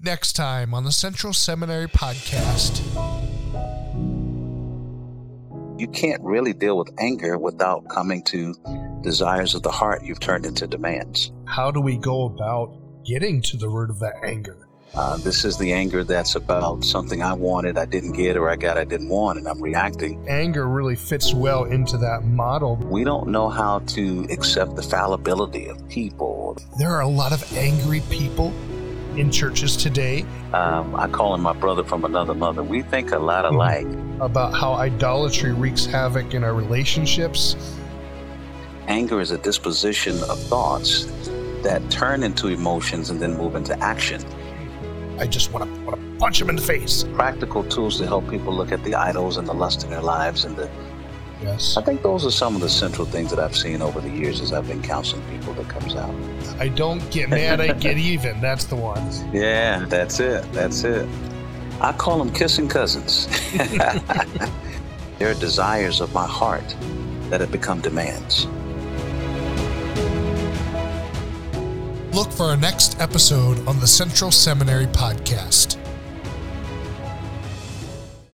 next time on the Central Seminary Podcast. You can't really deal with anger without coming to desires of the heart you've turned into demands. How do we go about getting to the root of that anger? Uh, this is the anger that's about something I wanted, I didn't get, or I got, I didn't want, and I'm reacting. Anger really fits well into that model. We don't know how to accept the fallibility of people. There are a lot of angry people in churches today Um, I call him my brother from another mother. We think a lot alike. about how idolatry wreaks havoc in our relationships. Anger is a disposition of thoughts that turn into emotions and then move into action. I just want to, want to punch him in the face. Practical tools to help people look at the idols and the lust in their lives and the Yes. I think those are some of the central things that I've seen over the years as I've been counseling people that comes out. I don't get mad, I get even. That's the one. Yeah, that's it. That's it. I call them kissing cousins. They're desires of my heart that have become demands. Look for our next episode on the Central Seminary Podcast.